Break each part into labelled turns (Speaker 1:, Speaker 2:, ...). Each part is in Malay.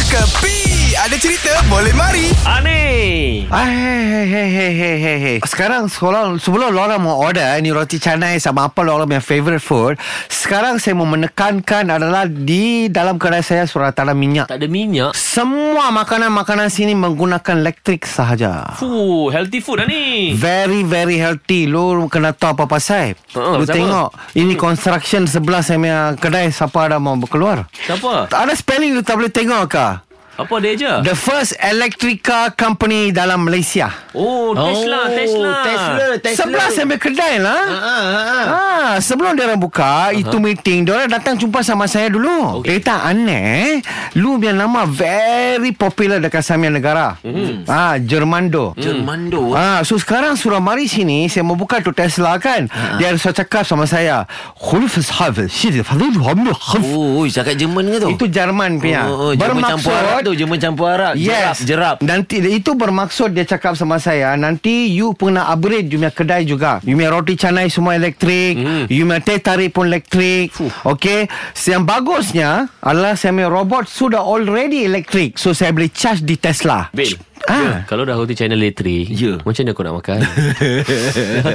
Speaker 1: Kepi Ada cerita boleh mari
Speaker 2: Ani.
Speaker 3: Ah, Hey, hey, hey, hey, hey, hey, hey. Sekarang sekolah, sebelum Laura mau order eh, ni roti canai sama apa Laura punya favourite food Sekarang saya mau menekankan adalah di dalam kedai saya surat tanah minyak
Speaker 2: Tak ada minyak.
Speaker 3: Semua makanan-makanan sini menggunakan elektrik sahaja
Speaker 2: Fuh, healthy food lah ni.
Speaker 3: Very very healthy Lu kena tahu apa pasal
Speaker 2: Ha, Hmm.
Speaker 3: Lu
Speaker 2: pasal
Speaker 3: tengok Ini construction sebelah saya punya kedai Siapa ada mau keluar
Speaker 2: Siapa?
Speaker 3: Ada spelling lu tak boleh tengok ke
Speaker 2: Apa dia je?
Speaker 3: The first electric car company dalam Malaysia
Speaker 2: Oh, Tesla,
Speaker 4: Oh,
Speaker 2: Tesla.
Speaker 4: Tesla, Tesla.
Speaker 3: Sebelah saya punya kedai lah
Speaker 4: Ah, ah, ah.
Speaker 3: Ah, sebelum dia orang buka uh-huh. itu meeting, dia orang datang jumpa sama saya dulu. Okay. Eh tak aneh, eh. lu punya nama very popular dekat Samia Negara.
Speaker 4: Mhm.
Speaker 3: Mm. Ah, Jermando.
Speaker 4: Hmm. Jermando.
Speaker 3: Ah, so sekarang surah mari sini saya mau buka tu Tesla kan. Uh-huh.
Speaker 4: Ah,
Speaker 3: Dia sudah cakap sama saya. Khulfus hafiz. Sidi fadil hamil haf.
Speaker 4: Oh, cakap Jerman ke tu?
Speaker 3: Itu Jerman punya.
Speaker 4: Oh, oh, Jerman campur Arab tu, Jerman campur Arab.
Speaker 3: Yes
Speaker 4: Jerap, jerap.
Speaker 3: Nanti itu bermaksud Dia cakap sama saya Nanti you pernah upgrade You punya kedai juga You punya roti canai semua elektrik mm. You punya teh tarik pun elektrik Fuh. Okay Yang bagusnya Adalah saya punya robot Sudah already elektrik So saya boleh charge di Tesla
Speaker 2: Bil.
Speaker 3: Ah.
Speaker 2: Kalau dah roti channel elektrik
Speaker 4: Ya.
Speaker 2: Macam mana kau nak makan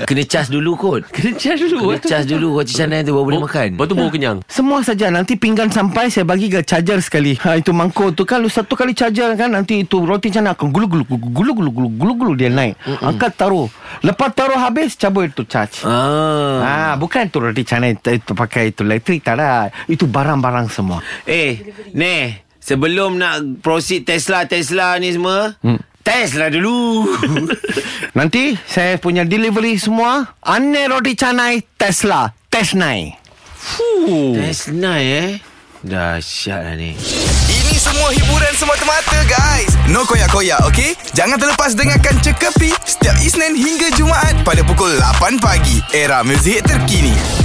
Speaker 4: Kena cas dulu kot.
Speaker 2: Kena charge dulu
Speaker 4: Kena cas dulu roti canai tu baru boleh makan.
Speaker 2: Lepas tu baru kenyang
Speaker 3: Semua saja Nanti pinggan sampai Saya bagi ke charger sekali ha, Itu mangkuk tu kan Lu satu kali charger kan Nanti itu roti canai akan gulu gulu gulu gulu gulu gulu gulu gulu dia naik Mm-mm. Angkat taruh Lepas taruh habis Cabut itu charge
Speaker 4: Ah.
Speaker 3: Ah, bukan tu roti canai t- itu pakai itu elektrik tak ada. Itu barang-barang semua.
Speaker 4: Eh, neh, sebelum nak proceed Tesla Tesla ni semua, hmm. Tesla dulu.
Speaker 3: Nanti saya punya delivery semua aneh roti canai Tesla Tesnai.
Speaker 4: Tesla eh. Dahsyat lah ni.
Speaker 1: Ini semua hiburan semata-mata guys No koyak-koyak ok Jangan terlepas dengarkan Cekapi Setiap Isnin hingga Jumaat Pada pukul 8 pagi Era muzik terkini